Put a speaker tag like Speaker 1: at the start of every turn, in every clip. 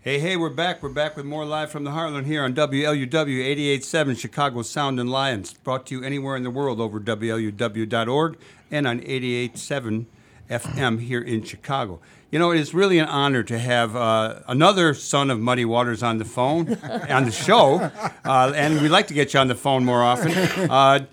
Speaker 1: Hey, hey, we're back. We're back with more live from the Heartland here on WLUW 88.7 Chicago Sound and Lions, brought to you anywhere in the world over WLUW.org and on 88.7 FM here in Chicago. You know, it is really an honor to have uh, another son of Muddy Waters on the phone, on the show, uh, and we'd like to get you on the phone more often. Uh,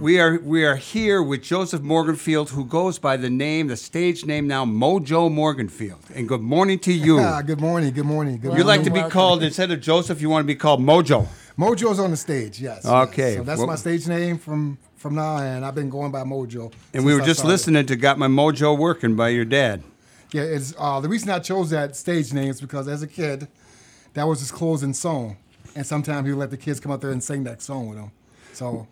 Speaker 1: we are we are here with Joseph Morganfield, who goes by the name, the stage name now, Mojo Morganfield. And good morning to you.
Speaker 2: Ah, good morning. Good morning. Good
Speaker 1: You
Speaker 2: morning.
Speaker 1: like to be called instead of Joseph, you want to be called Mojo.
Speaker 2: Mojo's on the stage. Yes.
Speaker 1: Okay,
Speaker 2: yes. So that's
Speaker 1: well-
Speaker 2: my stage name from from now, and I've been going by Mojo.
Speaker 1: And we
Speaker 2: since
Speaker 1: were
Speaker 2: I
Speaker 1: just
Speaker 2: started.
Speaker 1: listening to "Got My Mojo Working" by your dad.
Speaker 2: Yeah. It's uh, the reason I chose that stage name is because as a kid, that was his closing song, and sometimes he would let the kids come out there and sing that song with him. So,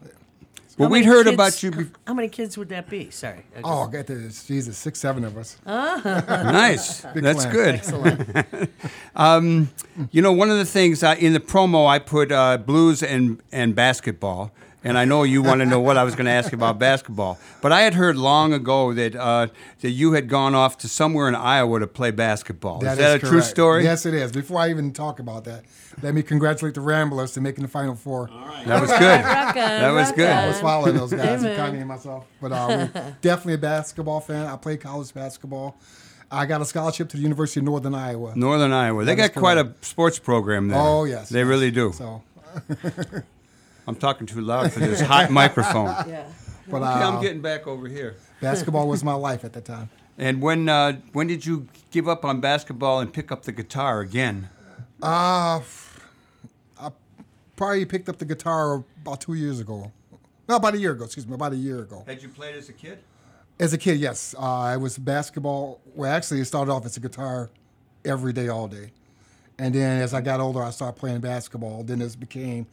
Speaker 1: Well,
Speaker 3: How
Speaker 1: we'd
Speaker 3: many
Speaker 1: heard
Speaker 3: kids-
Speaker 1: about you. Be-
Speaker 3: How many kids would that be? Sorry. I just-
Speaker 2: oh, get this, Jesus, six, seven of us.
Speaker 1: nice.
Speaker 2: Big
Speaker 1: That's
Speaker 2: clan.
Speaker 1: good.
Speaker 2: Excellent.
Speaker 1: You know, one of the things I, in the promo, I put uh, blues and, and basketball. And I know you want to know what I was going to ask about basketball. But I had heard long ago that uh, that you had gone off to somewhere in Iowa to play basketball. Is that a true
Speaker 2: correct.
Speaker 1: story?
Speaker 2: Yes, it is. Before I even talk about that, let me congratulate the Ramblers to making the Final Four. All right.
Speaker 1: That was good.
Speaker 3: Rock on,
Speaker 1: That was
Speaker 3: rock
Speaker 1: good.
Speaker 2: I was
Speaker 3: on.
Speaker 2: following those guys,
Speaker 3: Amen.
Speaker 2: Kanye and myself. But uh, we're definitely a basketball fan. I played college basketball. I got a scholarship to the University of Northern Iowa.
Speaker 1: Northern Iowa. They
Speaker 2: That is
Speaker 1: got quite a sports program there.
Speaker 2: Oh yes,
Speaker 1: They
Speaker 2: yes.
Speaker 1: really do.
Speaker 2: So,
Speaker 1: I'm talking too loud for this hot microphone.
Speaker 3: Yeah.
Speaker 2: but uh,
Speaker 1: Okay, I'm getting back over here.
Speaker 2: basketball was my life at that time.
Speaker 1: And when uh, when did you give up on basketball and pick up the guitar again?
Speaker 2: Uh, f- I probably picked up the guitar about two years ago. No, about a year ago. Excuse me, about a year ago.
Speaker 1: Had you played as a kid?
Speaker 2: As a kid, yes, uh, it was basketball. Well, actually, it started off as a guitar every day, all day, and then as I got older, I started playing basketball. Then it became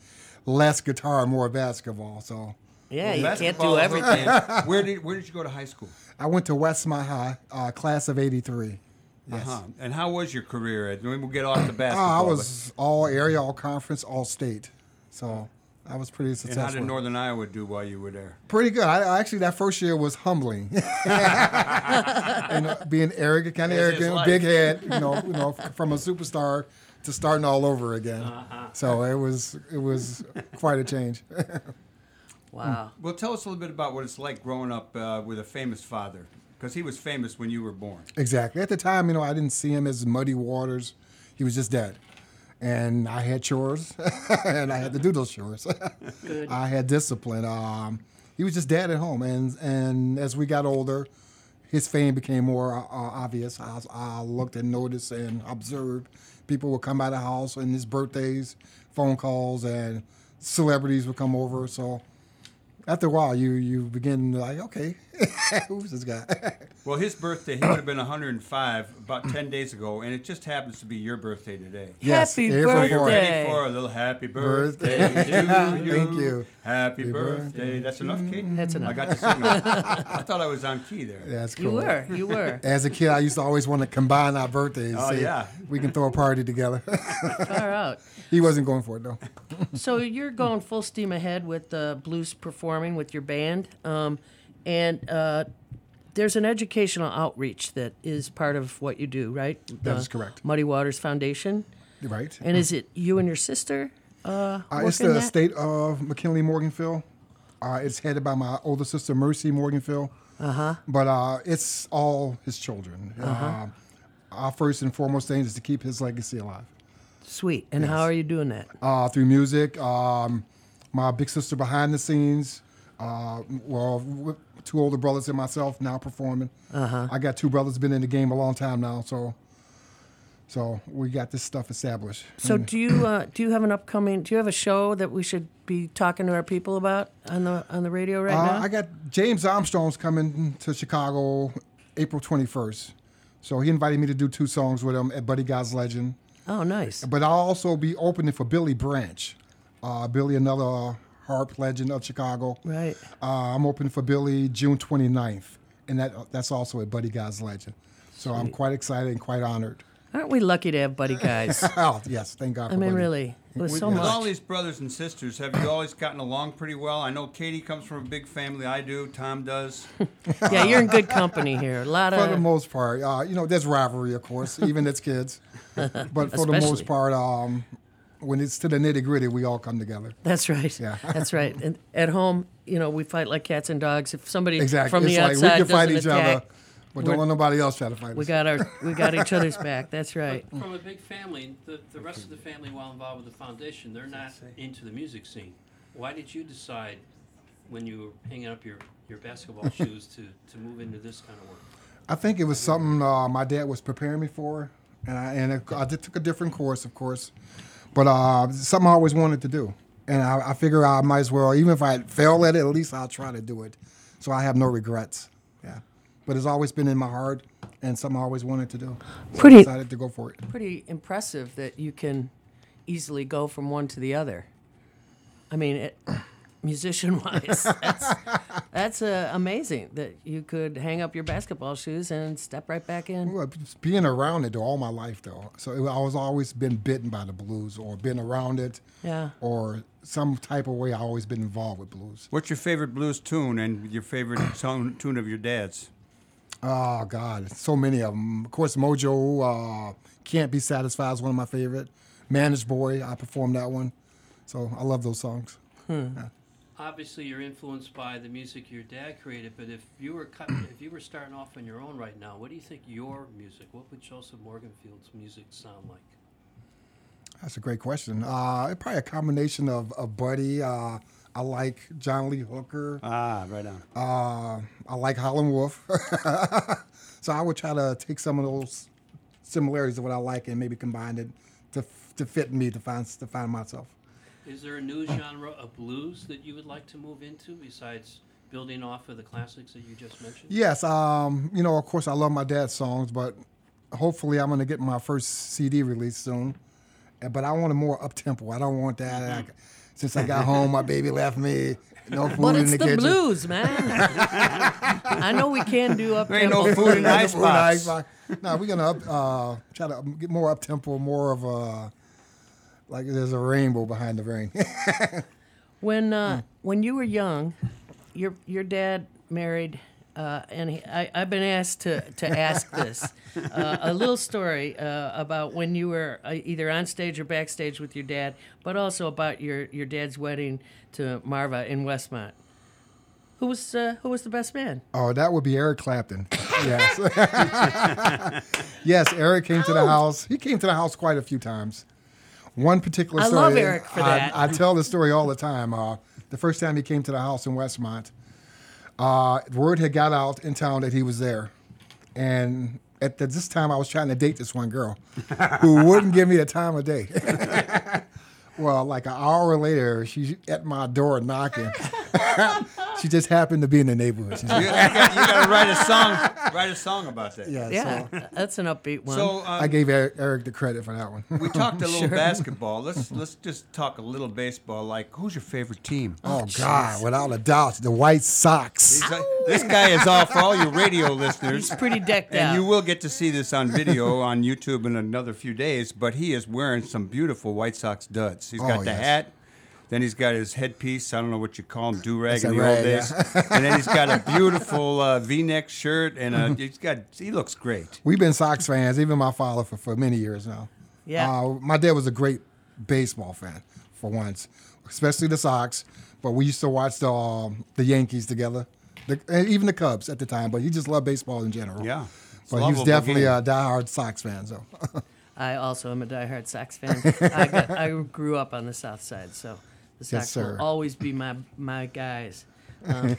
Speaker 2: less guitar, more basketball. So
Speaker 3: Yeah, you can't
Speaker 1: Basketball
Speaker 3: do
Speaker 1: is
Speaker 3: everything.
Speaker 1: okay. where did where did you go to high school?
Speaker 2: I went to Westmont High, uh, class of '83. Yes,
Speaker 1: Uh-huh. And how was your career? Ed? We'll get off the
Speaker 2: Uh,
Speaker 1: basketball.
Speaker 2: I was all area, all conference, all state. So I was pretty
Speaker 1: but- And how did
Speaker 2: successful.
Speaker 1: Northern Iowa do while you were there?
Speaker 2: pretty good. I, I actually that first year was humbling, and uh, being arrogant, kind of
Speaker 1: As is
Speaker 2: arrogant,
Speaker 1: life.
Speaker 2: big head. You know, you know, f- from a superstar to starting all over again. So it was it was quite a change.
Speaker 3: Wow.
Speaker 1: Well, tell us a little bit about what it's like growing up uh, with a famous father, because he was famous when you were born.
Speaker 2: Exactly. At the time, you know, I didn't see him as Muddy Waters. He was just dead. And I had chores, and I had to do those chores. I had discipline. Um, he was just dead at home, and and as we got older, his fame became more uh, obvious. I, I looked and noticed and observed. People would come by the house, and his birthdays, phone calls, and celebrities would come over. So after a while, you you begin like, okay, who's this guy?
Speaker 1: Well, his birthday, he would have been 105 about 10 days ago, and it just happens to be your birthday today.
Speaker 2: Yes,
Speaker 3: Happy
Speaker 2: April
Speaker 1: So you're
Speaker 3: birthday.
Speaker 2: Fool's.
Speaker 1: ready for a little happy birthday to
Speaker 2: Birthday.
Speaker 1: you.
Speaker 2: Thank you.
Speaker 1: Happy birthday.
Speaker 2: Happy birthday.
Speaker 1: That's enough, Kate?
Speaker 3: That's enough.
Speaker 1: I got the signal. I thought I was on key there.
Speaker 2: That's cool.
Speaker 3: You were. You were.
Speaker 2: As a kid, I used to always want to combine our birthdays.
Speaker 1: Oh, yeah.
Speaker 2: We can throw a party together.
Speaker 3: Far out.
Speaker 2: he wasn't going for it, though.
Speaker 3: So you're going full steam ahead with uh, blues performing with your band, um, and uh, there's an educational outreach that is part of what you do, right?
Speaker 2: That
Speaker 3: The
Speaker 2: is correct.
Speaker 3: Muddy Waters Foundation,
Speaker 2: Right.
Speaker 3: and is it you and your sister? Uh,
Speaker 2: Uh, it's
Speaker 3: working
Speaker 2: the
Speaker 3: that?
Speaker 2: state of McKinley Morganfield. Uh, it's headed by my older sister, Mercy Morganfield. Uh-huh. But uh, it's all his children. Uh-huh. our first and foremost thing is to keep his legacy alive
Speaker 3: Sweet. And how are you doing that?
Speaker 2: uh, through music. Um, my big sister behind the scenes. Uh, well, with two older brothers and myself now performing. Uh-huh. I got two brothers been in the game a long time now, so so we got this stuff established.
Speaker 3: So do you uh, do you have an upcoming? Do you have a show that we should be talking to our people about on the on the radio right
Speaker 2: Uh,
Speaker 3: now?
Speaker 2: I got James Armstrong's coming to Chicago April 21st. So he invited me to do two songs with him at Buddy Guy's Legend.
Speaker 3: oh, nice.
Speaker 2: But I'll also be opening for Billy Branch. Uh, Billy, another uh, harp legend of Chicago.
Speaker 3: Right.
Speaker 2: Uh, I'm opening for Billy June 29th. And that that's also at Buddy Guy's Legend. So I'm quite excited and quite honored.
Speaker 3: Aren't we lucky to have buddy guys?
Speaker 2: Oh, yes, thank God.
Speaker 3: I mean, really, it was
Speaker 1: With,
Speaker 3: so
Speaker 1: with all
Speaker 3: much.
Speaker 1: these brothers and sisters, have you always gotten along pretty well? I know Katie comes from a big family. I do. Tom does.
Speaker 3: Yeah, you're in good company here. A lot
Speaker 2: For the
Speaker 3: of
Speaker 2: most part, uh, you know, there's rivalry, of course, even as kids. But for the
Speaker 3: Especially.
Speaker 2: most part, um, when it's to the nitty gritty, we all come together.
Speaker 3: That's right.
Speaker 2: Yeah.
Speaker 3: That's right. And at home, you know, we fight like cats and dogs. If somebody
Speaker 2: Exactly.
Speaker 3: from
Speaker 2: it's
Speaker 3: the
Speaker 2: like
Speaker 3: outside
Speaker 2: we can fight
Speaker 3: doesn't
Speaker 2: each
Speaker 3: attack,
Speaker 2: other, but don't
Speaker 3: we're-
Speaker 2: let nobody else try to fight
Speaker 3: we
Speaker 2: us.
Speaker 3: got our we got each other's back. That's right.
Speaker 4: From a big family, the, the rest of the family, while involved with the foundation, they're not into the music scene. Why did you decide when you were hanging up your, your basketball shoes to, to move into this kind of work?
Speaker 2: I think it was something uh, my dad was preparing me for, and I and it, I did, took a different course, of course, but uh, something I always wanted to do, and I, I figure I might as well, even if I fail at it, at least I'll try to do it, so I have no regrets. Yeah, but it's always been in my heart, and something I always wanted to do. So
Speaker 3: Pretty-
Speaker 2: I decided to go for it.
Speaker 3: Pretty impressive that you can easily go from one to the other. I mean, it, musician wise, that's, that's uh, amazing that you could hang up your basketball shoes and step right back in.
Speaker 2: Well, it's being around it all my life though, so it, I was always been bitten by the blues, or been around it,
Speaker 3: Yeah.
Speaker 2: or some type of way. I always been involved with blues.
Speaker 1: What's your favorite blues tune and your favorite song, tune of your dad's?
Speaker 2: Oh God, so many of them. Of course, Mojo uh, can't be satisfied is one of my favorite. Managed Boy, I performed that one, so I love those songs.
Speaker 4: Obviously, you're influenced by the music your dad created, but if you were cut, if you were starting off on your own right now, what do you think your music? What would Joseph Morganfield's music sound like?
Speaker 2: That's a great question. Uh, probably a combination of, of Buddy. Uh, I like John Lee Hooker.
Speaker 1: Ah, right on.
Speaker 2: Uh, I like Holland Wolf. so I would try to take some of those similarities of what I like and maybe combine it to to fit me to find to find myself.
Speaker 4: Is there a new genre of blues that you would like to move into besides building off of the classics that you just mentioned?
Speaker 2: Yes, um, you know, of course, I love my dad's songs, but hopefully, I'm going to get my first CD release soon. Uh, But I want a more up tempo. I don't want that. like, since I got home, my baby left me. No food
Speaker 3: Mm-hmm. But
Speaker 2: in
Speaker 3: it's
Speaker 2: the,
Speaker 3: the,
Speaker 2: kitchen.
Speaker 3: blues, man. I know we can do up
Speaker 1: There ain't no food in the
Speaker 2: No food in the
Speaker 1: icebox.
Speaker 2: icebox. No, we're gonna up, uh, try to get more up tempo, more of a like there's a rainbow behind the rain.
Speaker 3: When uh,
Speaker 1: Mm.
Speaker 3: when you were young, your your dad married, uh, and he, I, I've been asked to, to ask this uh, a little story uh, about when you were uh, either on stage or backstage with your dad, but also about your, your dad's wedding to Marva in Westmont. Who was uh, who was the best man?
Speaker 2: Oh, that would be Eric Clapton. Yes. yes, Eric came
Speaker 3: Oh.
Speaker 2: to the house. He came to the house quite a few times. One particular
Speaker 3: I
Speaker 2: story.
Speaker 3: love Eric for
Speaker 2: I-
Speaker 3: that.
Speaker 2: I tell the story all the time. Uh, the first time he came to the house in Westmont, uh, word had got out in town that he was there. And at the, this time, I was trying to date this one girl who wouldn't give me the time of day. well, like an hour later, she's at my door knocking. she just happened to be in the neighborhood. She's
Speaker 1: You, you got, you got to write a song. Write a song about that.
Speaker 2: yeah,
Speaker 3: Yeah, that's an upbeat one.
Speaker 1: So um,
Speaker 2: I gave Eric, Eric the credit for that one.
Speaker 1: we talked a little basketball. Let's let's just talk a little baseball. Like, who's your favorite team?
Speaker 2: oh God, without a doubt, the White Sox.
Speaker 1: He's like- this guy is all for all you radio listeners.
Speaker 3: He's pretty decked
Speaker 1: And
Speaker 3: out.
Speaker 1: you will get to see this on video on YouTube in another few days. But he is wearing some beautiful White Sox duds. He's got
Speaker 2: Oh,
Speaker 1: the
Speaker 2: yes.
Speaker 1: hat. Then he's got his headpiece. I don't know what you call him, do rag
Speaker 2: It's a
Speaker 1: in the old
Speaker 2: rag,
Speaker 1: days. and then he's got a beautiful uh, V-neck shirt, and
Speaker 2: Mm-hmm.
Speaker 1: uh he's got. He looks great.
Speaker 2: We've been Sox fans, even my father, for, for many years now.
Speaker 3: Yeah.
Speaker 2: Uh, my dad was a great baseball fan for once, especially the Sox. But we used to watch the um, the Yankees together, the, and even the Cubs at the time. But he just loved baseball in general.
Speaker 1: Yeah. It's a
Speaker 2: But he was
Speaker 1: lovable
Speaker 2: definitely
Speaker 1: game.
Speaker 2: a diehard Sox fan. So
Speaker 3: I also am a diehard Sox fan. I, got, I grew up on the South Side, so the Sox
Speaker 2: sir.
Speaker 3: will always be my my guys. Um,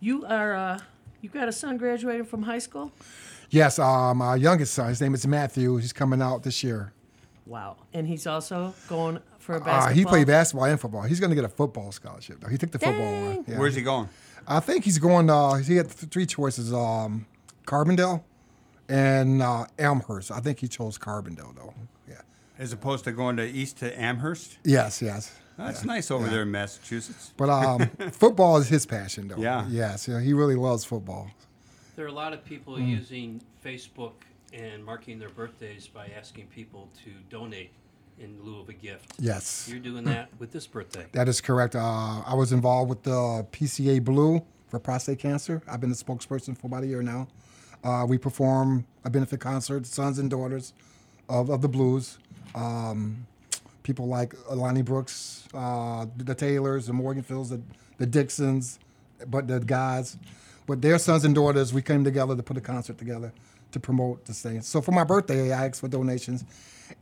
Speaker 3: you are uh, you got a son graduating from high school?
Speaker 2: yes, uh, my youngest son, his name is Matthew. He's coming out this year.
Speaker 3: Wow, and he's also going for a
Speaker 2: Uh,
Speaker 3: basketball.
Speaker 2: he played basketball and football. He's going to get a football scholarship. though. He took the football
Speaker 3: Dang.
Speaker 2: one. Yeah.
Speaker 1: Where's he going?
Speaker 2: I think he's going. Uh, he had th- three choices: um, Carbondale and uh, Elmhurst. I think he chose Carbondale though. Yeah.
Speaker 1: As opposed to going to East to Amherst.
Speaker 2: Yes. Yes.
Speaker 1: That's nice over there in Massachusetts.
Speaker 2: But um, football is his passion though.
Speaker 1: Yeah.
Speaker 2: Yes. Yeah, he really loves football. Mm.
Speaker 4: There are a lot of people using Facebook and marking their birthdays by asking people to donate in lieu of a gift.
Speaker 2: Yes.
Speaker 4: You're doing that with this birthday.
Speaker 2: That is correct. Uh, I was involved with the PCA Blue for prostate cancer. I've been the spokesperson for about a year now. Uh, we perform a benefit concert, Sons and Daughters of, of the Blues. Um, people like Alani Brooks, uh, the Taylors, the Morgan Fields, the, the Dixons, but the guys, but their sons and daughters, we came together to put a concert together to promote this thing. So for my birthday, I asked for donations,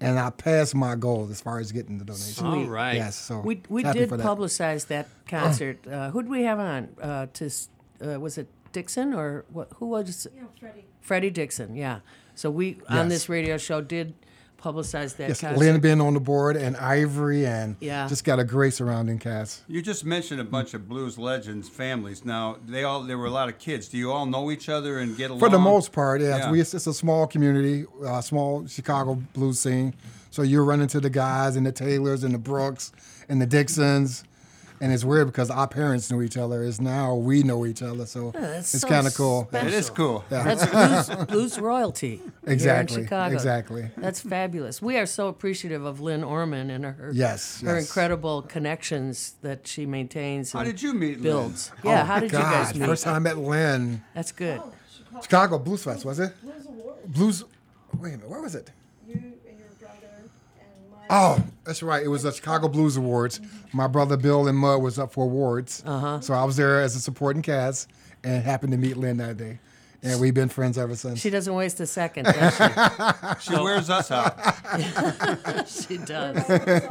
Speaker 2: and I passed my goal as far as getting the donations.
Speaker 4: All right.
Speaker 2: Yes, so
Speaker 3: We we
Speaker 2: happy
Speaker 3: did
Speaker 2: for that.
Speaker 3: publicize that concert. Uh, who'd we have on? Uh, to s- uh, was it Dixon or what, who was?
Speaker 5: Yeah, Freddie.
Speaker 3: Freddie Dixon. Yeah. So we on
Speaker 2: Yes.
Speaker 3: this radio show did publicize that
Speaker 2: Yes,
Speaker 3: concert.
Speaker 2: Lynn being on the board and Ivory and
Speaker 3: Yeah.
Speaker 2: just got a great surrounding cast.
Speaker 1: You just mentioned a bunch of blues legends, families. Now they all there were a lot of kids. Do you all know each other and get along?
Speaker 2: For the most part, yes.
Speaker 1: Yeah.
Speaker 2: We, it's, it's a small community, uh, small Chicago blues scene. So you run into the guys and the Taylors and the Brooks and the Dixons. And it's weird because our parents knew each other. Is now we know each other, so
Speaker 3: that's
Speaker 2: it's
Speaker 3: so
Speaker 2: kind of cool.
Speaker 3: special.
Speaker 1: It is cool.
Speaker 3: That's blues, blues royalty. here
Speaker 2: Exactly,
Speaker 3: in Chicago.
Speaker 2: exactly.
Speaker 3: That's fabulous. We are so appreciative of Lynn Orman and her
Speaker 2: Yes,
Speaker 3: her
Speaker 2: yes.
Speaker 3: incredible connections that she maintains.
Speaker 1: How
Speaker 3: and
Speaker 1: did you meet Lynn?
Speaker 3: builds? Yeah. how did you guys
Speaker 2: Oh, God,
Speaker 3: meet?
Speaker 2: first time at Lynn,
Speaker 3: That's good.
Speaker 5: Oh, Chicago.
Speaker 2: Chicago Blues Fest, was it?
Speaker 5: Blues Awards.
Speaker 2: Blues. Wait a minute, where was it?
Speaker 5: You and your brother and my.
Speaker 2: Oh, that's right. It was the Chicago Blues Awards. My brother Bill and Mud was up for awards.
Speaker 4: Uh-huh.
Speaker 2: So I was there as a supporting cast and happened to meet Lynn that day. And we've been friends ever since.
Speaker 3: She doesn't waste a second. Does she?
Speaker 1: She wears us out.
Speaker 3: she does.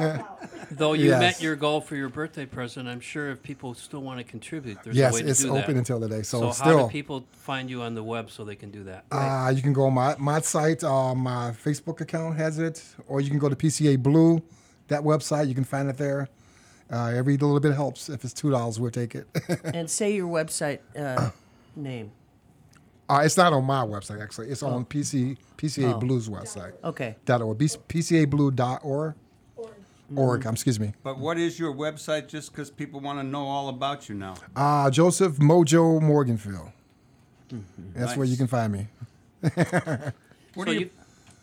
Speaker 4: Though you
Speaker 2: Yes.
Speaker 4: met your goal for your birthday present, I'm sure if people still want to contribute, there's a
Speaker 2: yes,
Speaker 4: way to
Speaker 2: it's
Speaker 4: do
Speaker 2: open
Speaker 4: that.
Speaker 2: until today. So,
Speaker 4: so
Speaker 2: still.
Speaker 4: how do people find you on the web so they can do that?
Speaker 2: Uh, you can go on my, my site, uh, my Facebook account has it, or you can go to PCA Blue, that website. You can find it there. Uh, every little bit helps. If it's $2, we'll take it.
Speaker 3: And say your website uh, name.
Speaker 2: uh, it's not on my website, actually. It's
Speaker 4: Oh.
Speaker 2: on PC, PCA Blue's website.
Speaker 3: Okay.
Speaker 2: Dot org. B- PCAblue.org. Org, um, excuse me.
Speaker 1: But what is your website? Just because people want to know all about you now.
Speaker 2: Uh, Joseph Mojo Morganfield. That's where
Speaker 1: Nice.
Speaker 2: you can find me.
Speaker 1: What
Speaker 4: so
Speaker 1: do
Speaker 4: you,
Speaker 1: you?
Speaker 4: you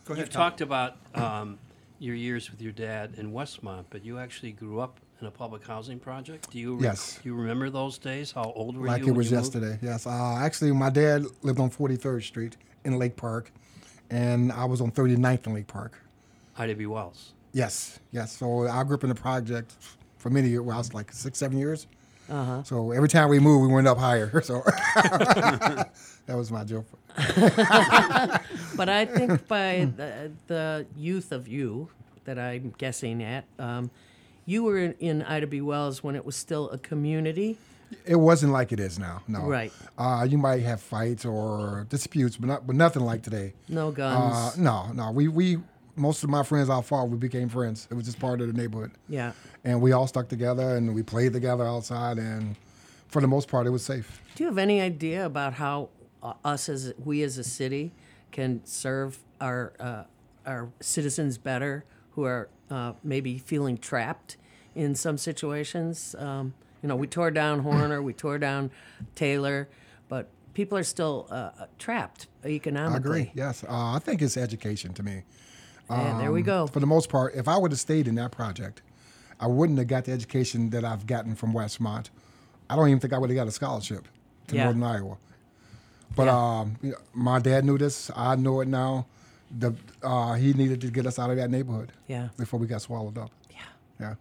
Speaker 1: go
Speaker 4: have
Speaker 1: ahead, Tom.
Speaker 4: talked about um, your years with your dad in Westmont, but you actually grew up in a public housing project. Do you re-
Speaker 2: Yes.
Speaker 4: do you remember those days? How old were
Speaker 2: Like
Speaker 4: you?
Speaker 2: it
Speaker 4: when
Speaker 2: was
Speaker 4: you moved?
Speaker 2: yesterday. Yes. Uh, actually, my dad lived on 43rd Street in Lake Park, and I was on 39th in Lake Park.
Speaker 4: IW Wells.
Speaker 2: Yes. Yes. So I grew up in the project for many years. Well, I was like six, seven years. Uh-huh. So every time we moved, we went up higher. So that was my joke.
Speaker 3: But I think by the, the youth of you that I'm guessing at, um, you were in, in Ida B. Wells when it was still a community.
Speaker 2: It wasn't like it is now. No.
Speaker 3: Right.
Speaker 2: Uh, you might have fights or disputes, but not, but nothing like today.
Speaker 3: No
Speaker 2: Uh,
Speaker 3: guns.
Speaker 2: no, no. We we most of my friends I fought, we became friends. It was just part of the neighborhood.
Speaker 3: yeah.
Speaker 2: And we all stuck together and we played together outside and for the most part it was safe.
Speaker 3: Do you have any idea about how uh, us as we as a city can serve our uh, our citizens better who are uh, maybe feeling trapped in some situations? Um, you know, we tore down Horner, we tore down Taylor, but people are still uh, trapped economically.
Speaker 2: I agree. Yes. Uh, I think it's education to me.
Speaker 3: Yeah, there we
Speaker 2: Um,
Speaker 3: go.
Speaker 2: For the most part, if I would have stayed in that project, I wouldn't have got the education that I've gotten from Westmont. I don't even think I would have got a scholarship to
Speaker 3: Yeah.
Speaker 2: Northern Iowa. But um, you know, my dad knew this. I know it now. The uh, he needed to get us out of that neighborhood.
Speaker 3: Yeah.
Speaker 2: Before we got swallowed up. Yeah. Yeah.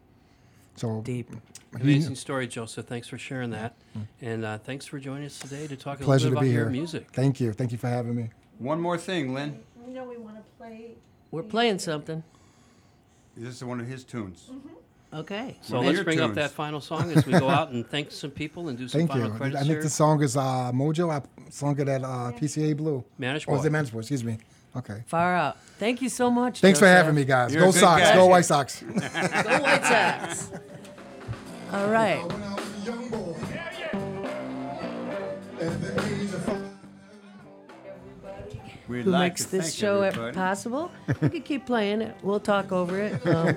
Speaker 2: So
Speaker 3: Deep.
Speaker 4: Amazing story, Joseph. Thanks for sharing that, and uh, thanks for joining us today to talk a
Speaker 2: Mm-hmm. pleasure
Speaker 4: little bit
Speaker 2: to
Speaker 4: about
Speaker 2: be here.
Speaker 4: your music.
Speaker 2: Thank you. Thank you for having me.
Speaker 1: One more thing, Lynn.
Speaker 5: You know we want to play.
Speaker 3: We're playing something.
Speaker 1: This is one of his tunes.
Speaker 3: Mm-hmm. Okay.
Speaker 4: So
Speaker 1: Well,
Speaker 4: let's
Speaker 1: your
Speaker 4: bring up
Speaker 1: tunes.
Speaker 4: that final song as we go out and thank some people and do some
Speaker 2: Thank you.
Speaker 4: final credits
Speaker 2: I think
Speaker 4: here.
Speaker 2: the song is uh, Mojo. I sung it at uh, PCA Blue.
Speaker 4: Manish
Speaker 2: Or is
Speaker 4: Boy.
Speaker 2: it Management? Excuse me. Okay.
Speaker 3: Far out. Thank you so much.
Speaker 2: Thanks for having
Speaker 3: Joseph.
Speaker 2: me, guys.
Speaker 1: You're a
Speaker 2: Go
Speaker 1: good
Speaker 2: Sox.
Speaker 1: guy.
Speaker 2: Go White Sox.
Speaker 3: Go White Sox. All right.
Speaker 2: When I was a young boy, at the age of five,
Speaker 1: We'd
Speaker 3: who
Speaker 1: like
Speaker 3: makes
Speaker 1: to
Speaker 3: this
Speaker 1: thank
Speaker 3: show
Speaker 1: everybody.
Speaker 3: possible. we could keep playing it. We'll talk over it. Um,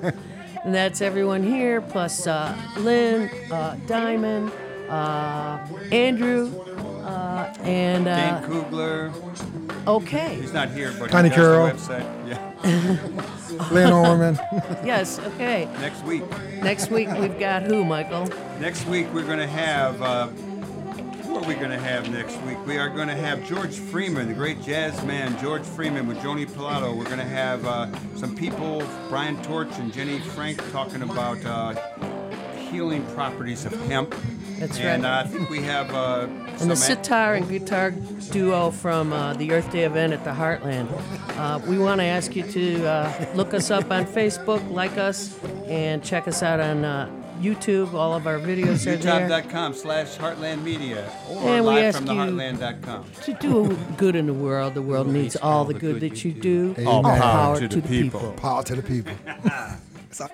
Speaker 3: and that's everyone here, plus uh, Lynn, uh, Diamond, uh, Andrew, uh, and
Speaker 1: Dane
Speaker 3: uh,
Speaker 1: Kugler,
Speaker 3: Okay.
Speaker 1: He's not here, but
Speaker 2: Connie
Speaker 1: he has the
Speaker 2: Carroll.
Speaker 1: website. Yeah.
Speaker 2: Lynn Orman.
Speaker 3: Yes. Okay.
Speaker 1: Next week.
Speaker 3: Next week we've got who, Michael?
Speaker 1: Next week we're going to have. Uh, who are we going to have next week? We are going to have George Freeman, the great jazz man, George Freeman with Joni Pilato. We're going to have uh, some people, Brian Torch and Jenny Frank, talking about uh, healing properties of hemp.
Speaker 3: That's
Speaker 1: and
Speaker 3: right.
Speaker 1: uh, I think we have uh,
Speaker 3: And the
Speaker 1: some-
Speaker 3: sitar and guitar duo from uh, the Earth Day event at the Heartland. Uh, we want to ask you to uh, look us up on Facebook, like us, and check us out on uh, YouTube. All of our videos are there.
Speaker 1: youtube.com slash heartland media or
Speaker 3: And we
Speaker 1: live
Speaker 3: ask
Speaker 1: from
Speaker 3: you-
Speaker 1: theheartland.com.
Speaker 3: To do good in the world, the world needs all the good that you do.
Speaker 2: All
Speaker 3: All
Speaker 2: power
Speaker 3: power
Speaker 1: to
Speaker 3: to
Speaker 1: the
Speaker 3: the
Speaker 1: people.
Speaker 3: people.
Speaker 2: Power to the people.